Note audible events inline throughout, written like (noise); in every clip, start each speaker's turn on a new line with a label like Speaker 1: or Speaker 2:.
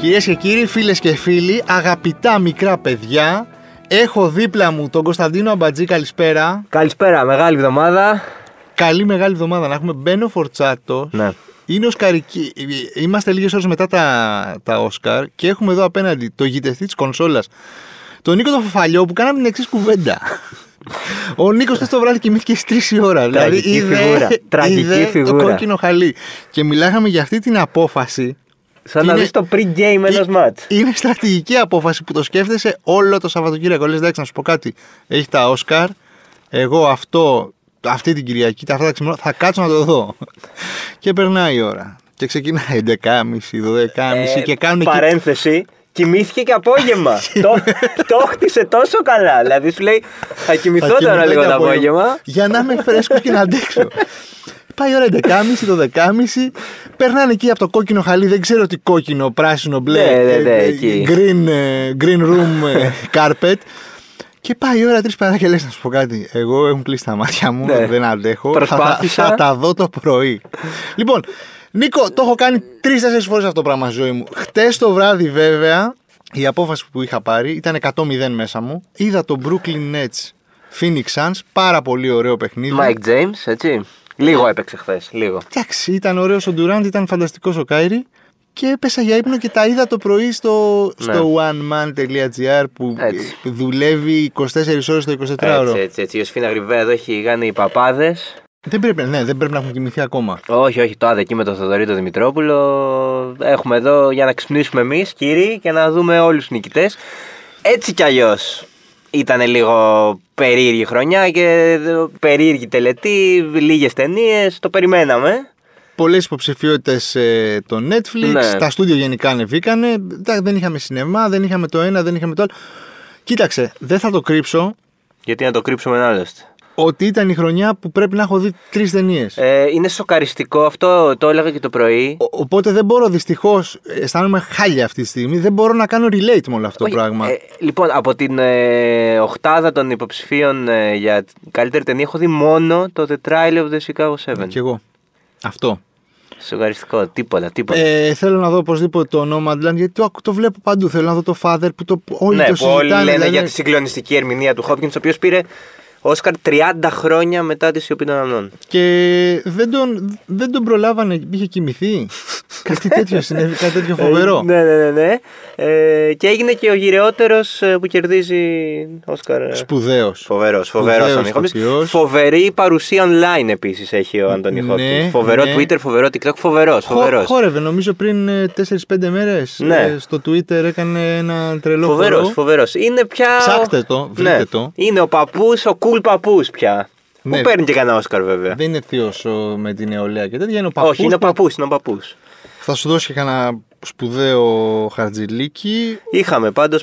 Speaker 1: Κυρίες και κύριοι, φίλες και φίλοι, αγαπητά μικρά παιδιά, έχω δίπλα μου τον Κωνσταντίνο Αμπατζή, καλησπέρα.
Speaker 2: Καλησπέρα, μεγάλη εβδομάδα.
Speaker 1: Καλή μεγάλη εβδομάδα να έχουμε. Μπαίνω φορτσάτο.
Speaker 2: Ναι.
Speaker 1: Είναι οσκαρική. Είμαστε λίγες ώρες μετά τα, τα Όσκαρ και έχουμε εδώ απέναντι το γητευτή της κονσόλας, τον Νίκο τον Φαφαλιό που κάναμε την εξής κουβέντα. Ο Νίκος χθες το βράδυ κοιμήθηκε στις 3 η ώρα. δηλαδή
Speaker 2: Τραγική φιγούρα. Τραγική
Speaker 1: είδε
Speaker 2: φιγούρα.
Speaker 1: το κόκκινο χαλί. Και μιλάγαμε για αυτή την απόφαση
Speaker 2: Σαν να
Speaker 1: Είναι-
Speaker 2: δεις το pre-game ενός
Speaker 1: Ε-
Speaker 2: μάτ.
Speaker 1: Είναι στρατηγική απόφαση που το σκέφτεσαι όλο το Σαββατοκύριακο. Λες, εντάξει, να σου πω κάτι. Έχει τα Όσκαρ. Εγώ αυτό, αυτή την Κυριακή, τα αυτά τα ξημερώματα, θα κάτσω να το δω. και περνάει η ώρα. Και ξεκινάει 11.30, 12.30 και κάνουν εκεί.
Speaker 2: Ε, Παρένθεση. Κοιμήθηκε και
Speaker 1: (laughs)
Speaker 2: απόγευμα. το, το χτίσε τόσο καλά. Δηλαδή σου λέει θα
Speaker 1: θα
Speaker 2: κοιμηθώ τώρα
Speaker 1: κοιμηθώ
Speaker 2: λίγο
Speaker 1: το
Speaker 2: το απόγευμα.
Speaker 1: Για να είμαι φρέσκος και να αντέξω. Πάει η ώρα 11.30, 12.30. Περνάνε εκεί από το κόκκινο χαλί. Δεν ξέρω τι κόκκινο, πράσινο, μπλε.
Speaker 2: Ναι, ναι, ναι,
Speaker 1: ε, ε,
Speaker 2: εκεί.
Speaker 1: green, ε, green room ε, carpet. Και πάει η ώρα 3 παρά και λες να σου πω κάτι. Εγώ έχουν κλείσει τα μάτια μου,
Speaker 2: Ναι.
Speaker 1: δεν αντέχω.
Speaker 2: Προσπάθησα.
Speaker 1: Θα, θα τα δω το πρωί. λοιπόν, Νίκο, το έχω κάνει τρει-τέσσερι φορές αυτό το πράγμα στη ζωή μου. Χτες το βράδυ, βέβαια, η απόφαση που είχα πάρει ήταν 100-0 μέσα μου. Είδα το Brooklyn Nets Phoenix Suns, πάρα πολύ ωραίο παιχνίδι.
Speaker 2: Mike James, έτσι. Λίγο έπαιξε χθες. Λίγο.
Speaker 1: Εντάξει, ήταν ωραίος ο Ντουράντ, ήταν φανταστικός ο Κάιρι. Και έπεσα για ύπνο και τα είδα το πρωί στο, στο oneman.gr που
Speaker 2: Ναι. Έτσι.
Speaker 1: δουλεύει 24 ώρες το 24ωρο.
Speaker 2: Έτσι, έτσι, έτσι. Η Ιωσήφινα Γρυβαία εδώ έχει κάνει οι παπάδες.
Speaker 1: Δεν πρέπει, ναι, δεν πρέπει να έχουμε κοιμηθεί ακόμα.
Speaker 2: Όχι, όχι, το άδε εκεί με τον Θοδωρή τον Δημητρόπουλο. Έχουμε εδώ για να ξυπνήσουμε εμείς, κύριοι, και να δούμε όλους τους νικητές. Έτσι κι αλλιώς ήταν λίγο περίεργη χρονιά και δε- περίεργη τελετή, λίγες ταινίες. Το περιμέναμε.
Speaker 1: Πολλές υποψηφιότητες ε, το Netflix,
Speaker 2: Ναι.
Speaker 1: τα στούντιο γενικά ανεβήκανε, εντάξει, δεν είχαμε σινεμά, δεν είχαμε το ένα, δεν είχαμε το άλλο. Κοίταξε, δεν θα το κρύψω
Speaker 2: Γιατί να το κρύψουμε άλλωστε.
Speaker 1: ότι ήταν η χρονιά που πρέπει να έχω δει τρεις ταινίες.
Speaker 2: Ε, είναι σοκαριστικό αυτό, το έλεγα και το πρωί.
Speaker 1: Ο- Οπότε δεν μπορώ δυστυχώς, αισθάνομαι χάλια αυτή τη στιγμή, δεν μπορώ να κάνω relate με όλο αυτό το
Speaker 2: Όχι,
Speaker 1: πράγμα.
Speaker 2: ε, λοιπόν, από την ε, οχτάδα των υποψηφίων ε, για την καλύτερη ταινία έχω δει μόνο το The Trial of the Chicago 7.
Speaker 1: Ε, Κι εγώ. Αυτό.
Speaker 2: Σοκαριστικό, τίποτα, τίποτα.
Speaker 1: Ε, θέλω να δω οπωσδήποτε το Nomadland γιατί το, ακου- το βλέπω παντού. Θέλω να δω το Father που το, που όλοι
Speaker 2: ναι,
Speaker 1: το
Speaker 2: που όλοι λένε
Speaker 1: συζητάνε. δηλαδή,
Speaker 2: για τη συγκλονιστική ερμηνεία του Χόπκιν, ο οποίος πήρε Όσκαρ 30 χρόνια μετά τη σιωπή των αμνών.
Speaker 1: Και δεν τον, δεν τον προλάβανε, είχε κοιμηθεί.
Speaker 2: (laughs)
Speaker 1: κάτι τέτοιο συνέβη, κάτι τέτοιο φοβερό.
Speaker 2: Ε, ναι, ναι, ναι. ναι. Ε, και έγινε και ο γυρεότερος που κερδίζει Όσκαρ.
Speaker 1: Σπουδαίος.
Speaker 2: Φοβερός, φοβερός ο
Speaker 1: Σπουδαίος
Speaker 2: Αντώνη Χόπκινς.
Speaker 1: ηθοποιός.
Speaker 2: Φοβερή παρουσία online επίσης έχει ο Αντώνη
Speaker 1: Ναι,
Speaker 2: Χόπκινς. Φοβερό
Speaker 1: ναι.
Speaker 2: Twitter, φοβερό TikTok, φοβερό. φοβερός.
Speaker 1: Χόρευε, νομίζω πριν ε, 4-5 μέρε
Speaker 2: Ναι.
Speaker 1: στο Twitter έκανε ένα τρελό
Speaker 2: Φοβερό,
Speaker 1: χορό.
Speaker 2: φοβερός. Είναι πια.
Speaker 1: Ψάχτε το, βρείτε
Speaker 2: Ναι.
Speaker 1: το.
Speaker 2: Είναι ο παππούς, ο cool παππούς πια.
Speaker 1: Ναι.
Speaker 2: Που παίρνει και κανένα Όσκαρ βέβαια.
Speaker 1: Δεν είναι θείος με την νεολαία και τέτοια. Είναι ο ναι.
Speaker 2: Όχι, είναι ο παππούς, είναι ο παππούς.
Speaker 1: Θα σου δώσει και ένα σπουδαίο χαρτζηλίκι.
Speaker 2: Είχαμε πάντως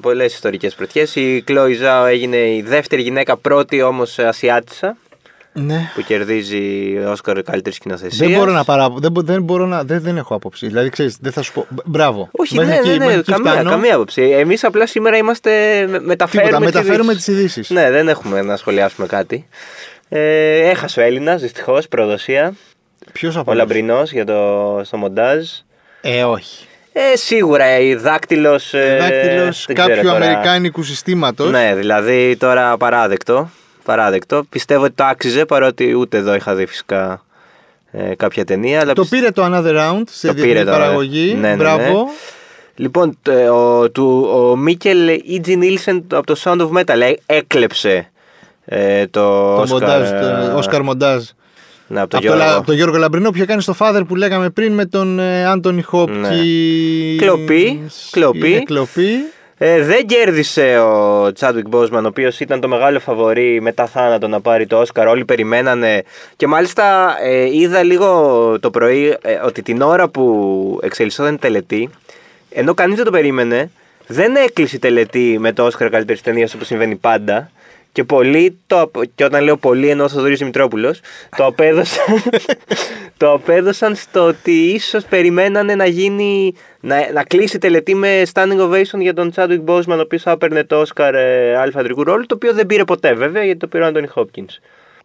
Speaker 2: πολλέ ιστορικές πρωτιές. Η Κλόι Ζάο έγινε η δεύτερη γυναίκα, πρώτη όμως Ασιάτισσα,
Speaker 1: Ναι.
Speaker 2: που κερδίζει Όσκαρ καλύτερη σκηνοθεσία.
Speaker 1: Δεν μπορώ να παρά. Δεν, μπο- δεν μπορώ να. Δεν, δεν έχω άποψη. Δηλαδή, ξέρεις, δεν θα σου πω. Μπ- Μπράβο.
Speaker 2: Όχι,
Speaker 1: Μέχρι
Speaker 2: ναι,
Speaker 1: εκεί-
Speaker 2: ναι, ναι,
Speaker 1: μέχρι εκεί
Speaker 2: καμία,
Speaker 1: φτάνω.
Speaker 2: καμία άποψη. Εμείς απλά σήμερα είμαστε. με- Μεταφέρουμε,
Speaker 1: Τίποτα,
Speaker 2: τις
Speaker 1: μεταφέρουμε
Speaker 2: ειδήσεις.
Speaker 1: τις ειδήσεις.
Speaker 2: Ναι, δεν έχουμε να σχολιάσουμε κάτι. Ε, έχασε ο Έλληνας, δυστυχώς, προδοσία.
Speaker 1: Ποιος
Speaker 2: Ο
Speaker 1: από όλους?
Speaker 2: Λαμπρινός για το, στο μοντάζ.
Speaker 1: Ε, όχι.
Speaker 2: Ε, σίγουρα η δάκτυλος. Ε,
Speaker 1: Δάκτυλος
Speaker 2: δεν ξέρω
Speaker 1: κάποιου
Speaker 2: τώρα.
Speaker 1: Αμερικάνικου συστήματος.
Speaker 2: Ναι, δηλαδή τώρα παράδεκτο. Παράδεκτο. Πιστεύω ότι το άξιζε παρότι ούτε εδώ είχα δει φυσικά ε, κάποια ταινία. Αλλά
Speaker 1: Το
Speaker 2: πιστε-
Speaker 1: πήρε το Another Round σε
Speaker 2: Το πήρε
Speaker 1: διεθνή
Speaker 2: τώρα, ε.
Speaker 1: παραγωγή.
Speaker 2: Ναι, ναι, ναι.
Speaker 1: Μπράβο.
Speaker 2: Λοιπόν, το- ε, ο, του, ο Μίκελ Ιτζι Νίλσεν από το Sound of Metal ε, έκλεψε ε, το
Speaker 1: Το
Speaker 2: Oscar,
Speaker 1: μοντάζ,
Speaker 2: ε,
Speaker 1: το Όσκαρ Μοντάζ.
Speaker 2: Ναι, από το
Speaker 1: Από το,
Speaker 2: Γιώργο.
Speaker 1: Λα- από τον Γιώργο Λαμπρινό που είχε κάνει στο Father που λέγαμε πριν με τον ε, Άντωνι Χόπκιν.
Speaker 2: Ναι. Κλοπή, κλοπή.
Speaker 1: Είναι κλοπή.
Speaker 2: Ε, δεν κέρδισε ο Τσάντουικ Μπόσμαν, ο οποίος ήταν το μεγάλο φαβορή μετά θάνατο να πάρει το Όσκαρ. Όλοι περιμένανε. Και μάλιστα ε, είδα λίγο το πρωί ε, ότι την ώρα που εξελισσόταν η τελετή, ενώ κανείς δεν το περίμενε, δεν έκλεισε η τελετή με το Όσκαρ καλύτερης ταινίας όπως συμβαίνει πάντα. Και πολλοί, το, απο- και όταν λέω πολλοί εννοώ ο Θοδωρής Δημητρόπουλος, το απέδωσαν,
Speaker 1: (laughs)
Speaker 2: το απέδωσαν στο ότι ίσως περιμένανε να γίνει, να, να κλείσει η τελετή με standing ovation για τον Chadwick Boseman, ο οποίος θα έπαιρνε το Όσκαρ ε, αλφα αντρικού ρόλου, το οποίο δεν πήρε ποτέ βέβαια, γιατί το πήρε ο Άντωνι Χόπκινς.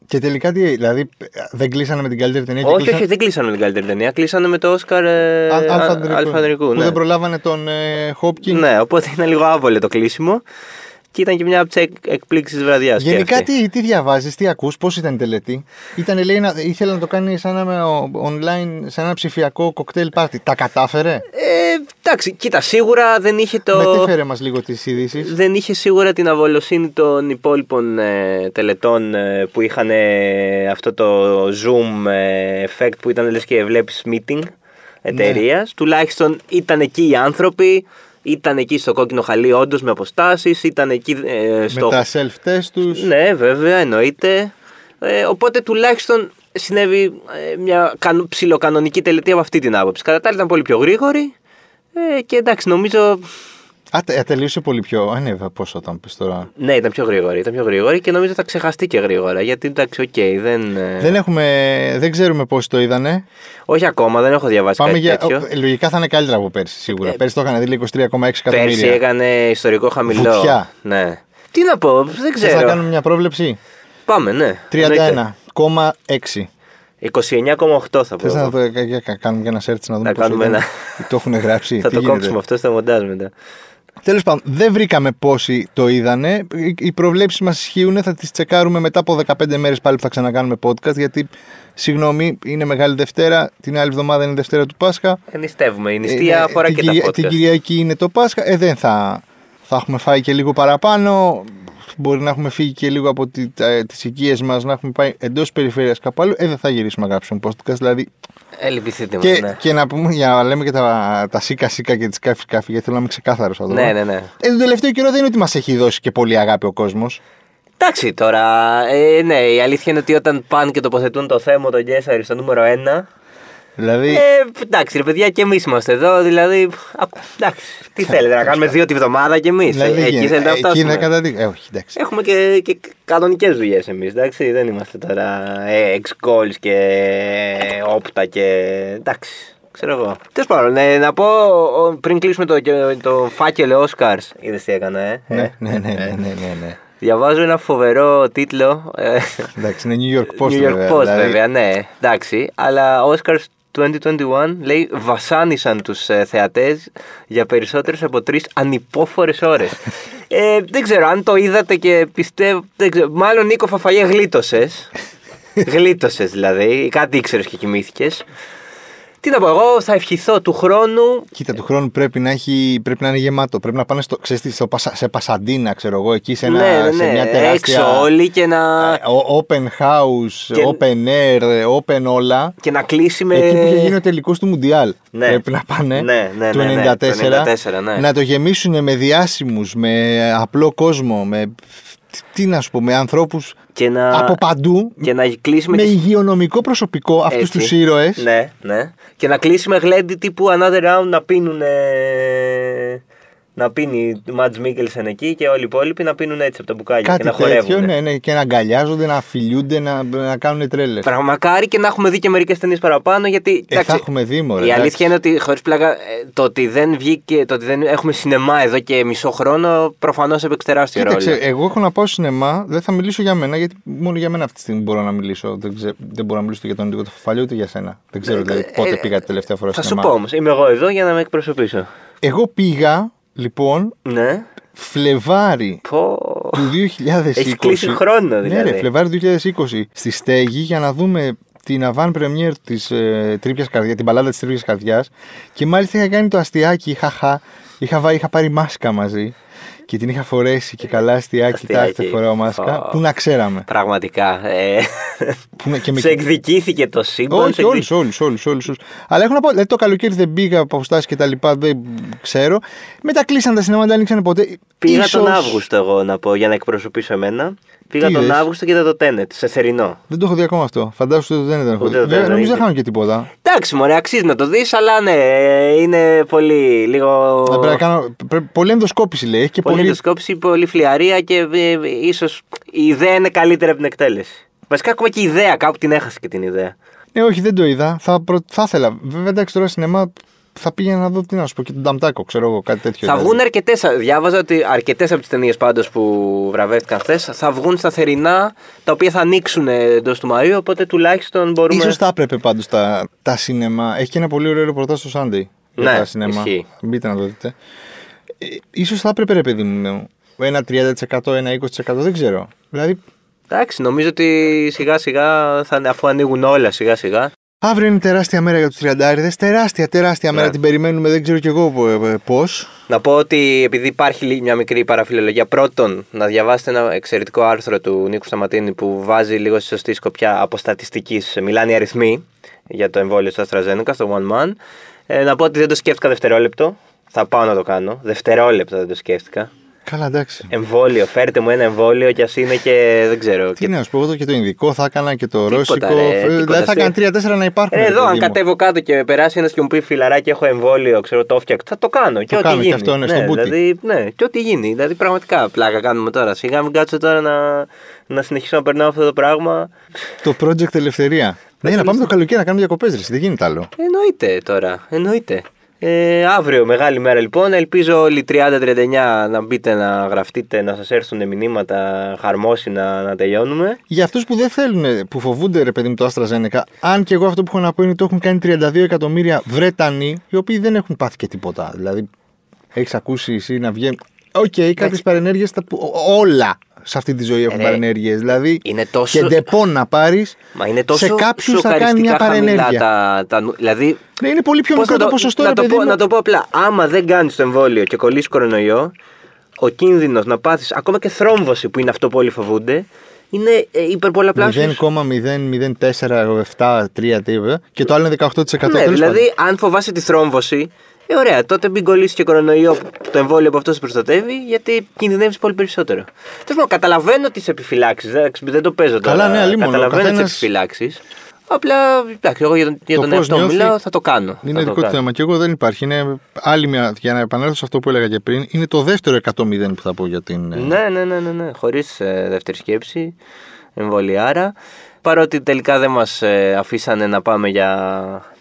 Speaker 1: Και τελικά τι, δηλαδή δεν κλείσανε με την καλύτερη ταινία. και
Speaker 2: όχι,
Speaker 1: κλείσανε-
Speaker 2: όχι, δεν κλείσανε με την καλύτερη ταινία. Κλείσανε με το Όσκαρ ε,
Speaker 1: Α-
Speaker 2: Α-
Speaker 1: Αλφανδρικού.
Speaker 2: Αλφανδρικού,
Speaker 1: Που
Speaker 2: ναι.
Speaker 1: δεν προλάβανε τον ε, Χόπκιν.
Speaker 2: ναι, οπότε ήταν λίγο άβολο το κλείσιμο. Και ήταν και μια από τις εκπλήξεις της βραδιάς.
Speaker 1: Γενικά τι, τι διαβάζεις, τι ακούς, πώς ήταν η τελετή. Ήταν, λέει, να, ήθελε να το κάνει σαν ένα ο- online, σαν ένα ψηφιακό κοκτέιλ πάρτι. Τα κατάφερε.
Speaker 2: Ε, εντάξει, κοίτα, σίγουρα δεν είχε το.
Speaker 1: Μετέφερε μας λίγο τις ειδήσεις.
Speaker 2: δεν είχε σίγουρα την αβολοσύνη των υπόλοιπων ε, τελετών ε, που είχαν ε, αυτό το zoom ε, effect που ήταν λες και βλέπεις meeting εταιρείας. Τουλάχιστον ήταν εκεί οι άνθρωποι, ήταν εκεί στο κόκκινο χαλί όντως με αποστάσεις, ήταν εκεί ε,
Speaker 1: Με
Speaker 2: στο...
Speaker 1: τα self-test τους.
Speaker 2: Ναι βέβαια εννοείται. Ε, οπότε τουλάχιστον συνέβη ε, μια καν, ψιλοκανονική τελετή από αυτή την άποψη. Κατά τα άλλα ήταν πολύ πιο γρήγορη ε, και εντάξει νομίζω
Speaker 1: Α, τε- τελείωσε πολύ πιο. Α, ναι, πόσο ήταν πει τώρα.
Speaker 2: Ναι, ήταν πιο γρήγορη. Ήταν πιο γρήγορη και νομίζω θα ξεχαστεί και γρήγορα. Γιατί εντάξει, οκ, δεν. ε,
Speaker 1: Δεν, έχουμε, δεν ξέρουμε πώς το είδανε.
Speaker 2: Όχι ακόμα, δεν έχω διαβάσει
Speaker 1: Πάμε
Speaker 2: κάτι
Speaker 1: για.
Speaker 2: τέτοιο. Ε,
Speaker 1: ο, λογικά θα είναι καλύτερα από πέρσι σίγουρα. πέρσι το είχαν δει λέει, 23,6
Speaker 2: Πέρσι
Speaker 1: εκατομμύρια.
Speaker 2: έκανε ιστορικό χαμηλό.
Speaker 1: Βουτιά.
Speaker 2: Ναι. Τι να πω, δεν
Speaker 1: Θες να
Speaker 2: ξέρω.
Speaker 1: κάνουμε μια πρόβλεψη.
Speaker 2: Πάμε, ναι.
Speaker 1: 31,6.
Speaker 2: Εννοείται. 29,8 θα πω.
Speaker 1: Θες να
Speaker 2: εγώ.
Speaker 1: το κα- κα- κα- κάνουμε και ένα search να δούμε
Speaker 2: Να
Speaker 1: πώς
Speaker 2: κάνουμε
Speaker 1: ήταν.
Speaker 2: ένα-
Speaker 1: Το έχουν γράψει.
Speaker 2: (laughs) Θα το κόψουμε αυτό στο μοντάζ μετά.
Speaker 1: Τέλος πάντων, δεν βρήκαμε πόσοι το είδανε. Οι- Οι προβλέψεις μας ισχύουν. Θα τις τσεκάρουμε μετά από 15 μέρες πάλι που θα ξανακάνουμε podcast. Γιατί, συγγνώμη, είναι Μεγάλη Δευτέρα. Την άλλη εβδομάδα είναι η Δευτέρα του Πάσχα.
Speaker 2: Ε, νηστεύουμε. Η
Speaker 1: Είναι-
Speaker 2: νηστεία αφορά
Speaker 1: ναι, την
Speaker 2: και τα
Speaker 1: Κυρια-
Speaker 2: podcast.
Speaker 1: Την Κυριακή είναι το Πάσχα. Ε, δεν θα, θα έχουμε φάει και λίγο παραπάνω. Μπορεί να έχουμε φύγει και λίγο από τις οικίες μας, να έχουμε πάει εντός περιφέρειας κάπου αλλού. Ε, δεν θα γυρίσουμε να γράψουμε podcast. Δηλαδή,
Speaker 2: Ε, λυπηθείτε
Speaker 1: και,
Speaker 2: μας, ναι.
Speaker 1: και να πούμε, για να λέμε και τα, τα σίκα σίκα και τις κάφι κάφι, γιατί θέλω να είμαι ξεκάθαρος εδώ.
Speaker 2: Ναι, ναι, ναι.
Speaker 1: Ε, τον τελευταίο καιρό δεν είναι ότι μας έχει δώσει και πολύ αγάπη ο κόσμος.
Speaker 2: Εντάξει τώρα, ε, ναι, η αλήθεια είναι ότι όταν πάνε και τοποθετούν το θέμα τον Γκέσαρη στο νούμερο 1,
Speaker 1: Δηλαδή,
Speaker 2: Ε, εντάξει, ρε παιδιά, και εμείς είμαστε εδώ. Δηλαδή. α, εντάξει, τι θέλετε, να κάνουμε δύο τη βδομάδα κι εμείς.
Speaker 1: δηλαδή
Speaker 2: εκεί
Speaker 1: γίνεται.
Speaker 2: θέλετε να
Speaker 1: Ε, εκεί είναι
Speaker 2: φτάσουμε.
Speaker 1: κατά τι- Ε, όχι, εντάξει.
Speaker 2: Έχουμε και, και κανονικές δουλειές εμείς, εντάξει. Δεν είμαστε τώρα ε, ex calls και ε, όπτα και. εντάξει. Ξέρω εγώ. Τέλος πάντων, ε, να πω ο, πριν κλείσουμε το, το φάκελο Oscars. Είδες τι έκανα, ε. ε.
Speaker 1: Ναι, ναι, ναι, ναι, ναι, ναι, ναι.
Speaker 2: Διαβάζω ένα φοβερό τίτλο. ε,
Speaker 1: Εντάξει, είναι New York Post.
Speaker 2: New York
Speaker 1: βέβαια,
Speaker 2: Post,
Speaker 1: δηλαδή.
Speaker 2: βέβαια, ναι. Εντάξει. Αλλά Oscars 2021 λέει βασάνισαν τους ε, θεατές για περισσότερες από τρεις ανυπόφορες
Speaker 1: (laughs)
Speaker 2: ώρες. ε, δεν ξέρω αν το είδατε και πιστεύω... Δεν ξέρω, μάλλον Νίκο Φαφαγέ γλίτωσες. γλίτωσες δηλαδή. Κάτι ήξερες και κοιμήθηκες. Τι να πω, εγώ θα ευχηθώ του χρόνου
Speaker 1: Κοίτα, του χρόνου πρέπει να, έχει, πρέπει να είναι γεμάτο. Πρέπει να πάνε στο, ξέρεις, τι, στο, Πασα- σε Πασαντίνα, ξέρω εγώ, εκεί σε, ένα, σε μια τεράστια.
Speaker 2: Ναι, έξω όλοι και να,
Speaker 1: ε, ο- Open house,
Speaker 2: Και-
Speaker 1: open air, ε, open όλα.
Speaker 2: και να κλείσει με...
Speaker 1: Εκεί που είχε γίνει ο τελικός του Μουντιάλ.
Speaker 2: Ναι.
Speaker 1: Πρέπει να πάνε.
Speaker 2: Ναι, ναι,
Speaker 1: του
Speaker 2: ναι, ναι,
Speaker 1: 94.
Speaker 2: το 94, ναι.
Speaker 1: Να το γεμίσουν με διάσημους, με απλό κόσμο, με. τι- Τι να σου πω, με ανθρώπους
Speaker 2: και να...
Speaker 1: από παντού.
Speaker 2: και να κλείσει με
Speaker 1: με
Speaker 2: τις-
Speaker 1: υγειονομικό προσωπικό, αυτούς
Speaker 2: Έτσι.
Speaker 1: τους ήρωες.
Speaker 2: Ναι, ναι. Και να κλείσει με γλέντι τύπου another round να πίνουν. ε, να πίνει Μάτζ Μίκελσεν εκεί και όλοι οι υπόλοιποι να πίνουν έτσι από τα μπουκάλια
Speaker 1: Κάτι
Speaker 2: και να
Speaker 1: τέτοιο,
Speaker 2: χορεύουν.
Speaker 1: ναι, ναι, και να αγκαλιάζονται, να φιλιούνται, να, να κάνουν τρέλε.
Speaker 2: Πραγματικά και να έχουμε δει και μερικές ταινίες παραπάνω γιατί.
Speaker 1: Ε, θα έχουμε δει, μωρέ,
Speaker 2: Η
Speaker 1: εντάξει.
Speaker 2: αλήθεια είναι ότι χωρίς πλάκα ε, το ότι δεν βγήκε, το ότι δεν έχουμε σινεμά εδώ και μισό χρόνο προφανώς έπαιξε τεράστιο
Speaker 1: Κοίταξε, ε,
Speaker 2: ρόλο.
Speaker 1: εγώ έχω να πάω στο σινεμά, δεν θα μιλήσω για μένα, γιατί μόνο για μένα αυτή τη στιγμή μπορώ να μιλήσω. Δεν, ξέ, δεν μπορώ να μιλήσω για τον Νίκο Ταφαλιό ούτε για σένα. Δεν ξέρω δηλαδή, πότε πήγα τη τελευταία φορά
Speaker 2: Ε, Θα
Speaker 1: στο
Speaker 2: σου
Speaker 1: σινεμά.
Speaker 2: πω όμως, είμαι εγώ εδώ για να με εκπροσωπήσω.
Speaker 1: Εγώ πήγα, λοιπόν,
Speaker 2: Ναι.
Speaker 1: Φλεβάρι
Speaker 2: Πω.
Speaker 1: του 2020.
Speaker 2: Έχεις κλείσει χρόνο,
Speaker 1: Ναι,
Speaker 2: δηλαδή.
Speaker 1: ρε, Φλεβάρι του 2020 στη Στέγη για να δούμε την Αβάν Πρεμιέρ της ε, Τρίπιας Καρδιάς, την παλάτα της Τρίπιας Καρδιάς και μάλιστα είχα κάνει το αστιάκι, χαχα, είχα, βά- είχα πάρει μάσκα μαζί και την είχα φορέσει και καλά αστιάκι,
Speaker 2: Αστιάκι.
Speaker 1: κοιτάξτε φοράω μάσκα,
Speaker 2: Ω.
Speaker 1: που να ξέραμε.
Speaker 2: Πραγματικά. Ε,
Speaker 1: Ναι. Που να- και με-
Speaker 2: σε εκδικήθηκε το σύμπαν. σε
Speaker 1: Όχι,
Speaker 2: εκδικ-
Speaker 1: όλους, όλους, όλους. Όλους, όλους. Αλλά έχω να πω, δηλαδή το καλοκαίρι δεν πήγα από αποστάσεις και τα λοιπά, δεν ξέρω. Μετά κλείσαν τα σινεμά, δεν ανοίξαν ποτέ.
Speaker 2: Πήγα
Speaker 1: Ίσως-
Speaker 2: τον Αύγουστο, εγώ να πω, για να εκπροσωπήσω εμένα. Πήγα τον
Speaker 1: είδες?
Speaker 2: Αύγουστο και είδα το Τένετ, σε θερινό.
Speaker 1: Δεν το έχω δει ακόμα αυτό. Φαντάζομαι ότι δεν ήταν.
Speaker 2: Ούτε δεν
Speaker 1: Βέβαια,
Speaker 2: ήταν,
Speaker 1: Νομίζω
Speaker 2: είχε.
Speaker 1: δεν χάνω και τίποτα.
Speaker 2: Εντάξει, μωρέ, αξίζει να το δεις, αλλά ναι, είναι πολύ. Λίγο.
Speaker 1: Θα πρέπει να κάνω. πρέπει- Πολύ ενδοσκόπηση λέει. Έχει και
Speaker 2: Πολύ
Speaker 1: πολύ.
Speaker 2: ενδοσκόπηση, πολύ φλιαρία και ε, ίσως η ιδέα είναι καλύτερη από την εκτέλεση. Βασικά, ακόμα και η ιδέα, κάπου την έχασε και την ιδέα.
Speaker 1: Ε, Ναι, όχι, δεν το είδα. Θα, προ... θα ήθελα. Βέβαια, εντάξει, τώρα σινεμά θα πήγαινα να δω τι να σου πω και τον Νταμτάκο, ξέρω εγώ, κάτι τέτοιο.
Speaker 2: Θα
Speaker 1: δηλαδή.
Speaker 2: βγουν αρκετές. Διάβαζα ότι αρκετές από τις ταινίες πάντως που βραβεύτηκαν χθες θα βγουν σταθερινά τα οποία θα ανοίξουν εντός του Μαΐου. Οπότε τουλάχιστον μπορούμε.
Speaker 1: Ίσως θα έπρεπε πάντως τα, τα σινεμά. Έχει και ένα πολύ ωραίο ρεπορτάζ στο Sunday. για
Speaker 2: Ναι,
Speaker 1: τα σινεμά.
Speaker 2: ισχύει.
Speaker 1: Μπείτε να το δείτε. Ε, ίσως θα έπρεπε, ρε παιδί μου, ένα 30%, ένα 20%, δεν ξέρω. Δηλαδή,
Speaker 2: Εντάξει, νομίζω ότι σιγά σιγά θα, αφού ανοίγουν όλα σιγά σιγά.
Speaker 1: αύριο είναι τεράστια μέρα για τους 30 Τεράστια, τεράστια μέρα.
Speaker 2: Ναι.
Speaker 1: Την περιμένουμε, δεν ξέρω κι εγώ ε, πώς.
Speaker 2: Να πω ότι επειδή υπάρχει λί- μια μικρή παραφιλολογία, πρώτον να διαβάσετε ένα εξαιρετικό άρθρο του Νίκου Σταματίνη που βάζει λίγο στη σωστή σκοπιά από στατιστικής. Μιλάνε οι αριθμοί για το εμβόλιο στο Αστραζένικα, στο One Man. Ε, να πω ότι δεν το σκέφτηκα δευτερόλεπτο. Θα πάω να το κάνω. Δευτερόλεπτο δεν το σκέφτηκα.
Speaker 1: Καλά, εντάξει.
Speaker 2: Εμβόλιο, φέρτε μου ένα εμβόλιο κι ας είναι και δεν ξέρω.
Speaker 1: Τι
Speaker 2: και...
Speaker 1: να σου πω, εγώ το και το Ινδικό θα έκανα και το
Speaker 2: Τίποτα,
Speaker 1: Ρώσικο.
Speaker 2: ρε,
Speaker 1: ε,
Speaker 2: τίποτα,
Speaker 1: δηλαδή θα
Speaker 2: αστεία.
Speaker 1: έκανα τρία-τέσσερα να υπάρχουν.
Speaker 2: Ε,
Speaker 1: ρε
Speaker 2: εδώ,
Speaker 1: παιδί
Speaker 2: αν
Speaker 1: μου.
Speaker 2: κατέβω κάτω και περάσει ένας και μου πει φιλαράκι, έχω εμβόλιο, ξέρω το φτιάξω. Θα το κάνω. και ό,τι
Speaker 1: κάνω και
Speaker 2: γίνει.
Speaker 1: αυτό, ναι, στον μπούτι.
Speaker 2: δηλαδή, ναι, και ό,τι γίνει. Δηλαδή, πραγματικά πλάκα κάνουμε τώρα. Σιγά μην κάτσω τώρα να, να συνεχίσω να περνάω αυτό το πράγμα.
Speaker 1: Το project Ελευθερία. Ναι, να πάμε το καλοκαίρι να κάνουμε διακοπές, Δεν γίνεται άλλο.
Speaker 2: Εννοείται τώρα. Εννοείται. Ε, αύριο, μεγάλη μέρα λοιπόν. Ελπίζω όλοι 30-39 να μπείτε να γραφτείτε, να σας έρθουν μηνύματα χαρμόσυνα να τελειώνουμε.
Speaker 1: Για αυτούς που δεν θέλουν, που φοβούνται ρε παιδί μου το AstraZeneca, αν και εγώ αυτό που έχω να πω είναι ότι το έχουν κάνει 32 εκατομμύρια Βρετανοί, οι οποίοι δεν έχουν πάθει και τίποτα. Δηλαδή, έχεις ακούσει εσύ να βγαίνει. Οκ, okay, κάποιες παρενέργειε που. Όλα σε αυτή τη ζωή έχουν
Speaker 2: Ρε,
Speaker 1: παρενέργειες. Δηλαδή,
Speaker 2: είναι τόσο-
Speaker 1: και ντεπών να πάρεις.
Speaker 2: Μα είναι τόσο
Speaker 1: σε κάποιους θα κάνει μια
Speaker 2: σοκαριστικά χαμηλά
Speaker 1: παρενέργεια.
Speaker 2: τα, τα, νου- δηλαδή
Speaker 1: Ναι, είναι πολύ πιο
Speaker 2: Πώς
Speaker 1: μικρό
Speaker 2: να
Speaker 1: το ποσοστό,
Speaker 2: να
Speaker 1: ρε
Speaker 2: το,
Speaker 1: παιδί
Speaker 2: πω,
Speaker 1: μου.
Speaker 2: να το πω απλά. Άμα δεν κάνεις το εμβόλιο και κολλήσεις κορονοϊό, ο κίνδυνος να πάθεις ακόμα και θρόμβωση που είναι αυτό που όλοι φοβούνται, είναι ε, υπερπολαπλάσιος.
Speaker 1: 0,00473 τίποτα, και το άλλο είναι 18%.
Speaker 2: Ναι,
Speaker 1: τέλος πάντων.
Speaker 2: δηλαδή αν φοβάσαι τη θρόμβωση, ε, ωραία, τότε μην κολλήσεις και κορονοϊό που το εμβόλιο που αυτός σε προστατεύει, γιατί κινδυνεύεις πολύ περισσότερο. Τέλος πάντων, καταλαβαίνω τις επιφυλάξεις. Δεν το παίζω τώρα.
Speaker 1: Καλά, ναι, αλίμονο. Ο
Speaker 2: Καταλαβαίνω τις
Speaker 1: καθένας-
Speaker 2: επιφυλάξεις. Απλά, εντάξει, εγώ για τον, για
Speaker 1: Το
Speaker 2: τον
Speaker 1: πώς
Speaker 2: εαυτό μου
Speaker 1: νιώθει
Speaker 2: μιλάω, θα το κάνω.
Speaker 1: Είναι
Speaker 2: Θα το
Speaker 1: δικό του
Speaker 2: κάνω.
Speaker 1: θέμα. Και εγώ δεν υπάρχει. Είναι άλλη μια. Για να επανέλθω σε αυτό που έλεγα και πριν, είναι το δεύτερο 100 που θα πω για την. ε,
Speaker 2: Ναι, ναι, ναι, ναι, ναι. χωρίς δεύτερη σκέψη. Εμβολιάρα. Παρότι τελικά δεν μας αφήσανε να πάμε για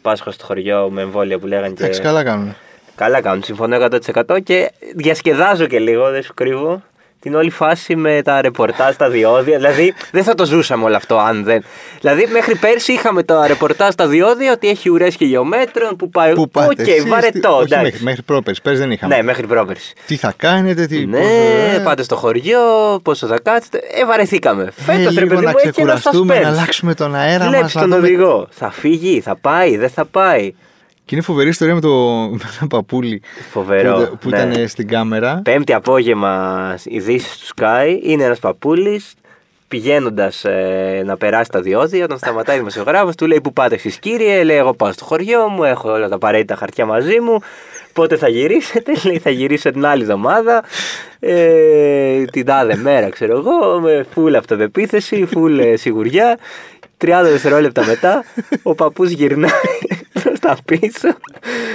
Speaker 2: Πάσχα στο χωριό με εμβόλια που λέγανε
Speaker 1: Εντάξει,
Speaker 2: και.
Speaker 1: καλά κάνουν.
Speaker 2: Καλά κάνουν, συμφωνώ 100% και διασκεδάζω και λίγο, δεν σου κρύβω. Την όλη φάση με τα ρεπορτάζ, τα διόδια. Δηλαδή, δεν θα το ζούσαμε όλο αυτό αν δεν. Δηλαδή, μέχρι πέρσι είχαμε τα ρεπορτάζ, τα διόδια ότι έχει ουρές και γεωμέτρων που πάει.
Speaker 1: Πού πάτε.
Speaker 2: Ε, Οκ,
Speaker 1: εσείς, τι-
Speaker 2: βαρετό,
Speaker 1: όχι,
Speaker 2: εντάξει.
Speaker 1: μέχρι, μέχρι πρόπερση. Πέρσι δεν είχαμε.
Speaker 2: Ναι, μέχρι πρόπερση.
Speaker 1: Τι θα κάνετε, τι.
Speaker 2: Ναι,
Speaker 1: πώς, ε,
Speaker 2: πάτε στο χωριό, πόσο θα κάτσετε. Ε, βαρεθήκαμε.
Speaker 1: ε,
Speaker 2: Φέτος ρε
Speaker 1: λίγο
Speaker 2: παιδί
Speaker 1: να
Speaker 2: μου έχει ένα
Speaker 1: ξεκουραστούμε,
Speaker 2: suspense.
Speaker 1: να αλλάξουμε τον αέρα μα.
Speaker 2: Βλέπεις τον οδηγό. Θα φύγει, θα πάει, δεν θα πάει.
Speaker 1: Και είναι φοβερή ιστορία με το (laughs) με ένα παπούλι
Speaker 2: Φοβερό,
Speaker 1: που, που
Speaker 2: ναι.
Speaker 1: ήταν ε, στην κάμερα.
Speaker 2: Πέμπτη απόγευμα ειδήσεις του Sky είναι ένας παππούλη πηγαίνοντας ε, να περάσει τα διόδια. Όταν σταματάει ο δημοσιογράφος, του λέει: Πού πάτε εσείς, κύριε, λέει: Εγώ πάω στο χωριό μου, έχω όλα τα απαραίτητα χαρτιά μαζί μου. Πότε θα γυρίσετε, (laughs) λέει: Θα γυρίσω την άλλη εβδομάδα. Ε, την τάδε μέρα, ξέρω εγώ, με φουλ αυτοπεποίθηση, φουλ ε, σιγουριά. 30 δευτερόλεπτα μετά, ο παππούς γυρνάει στα πίσω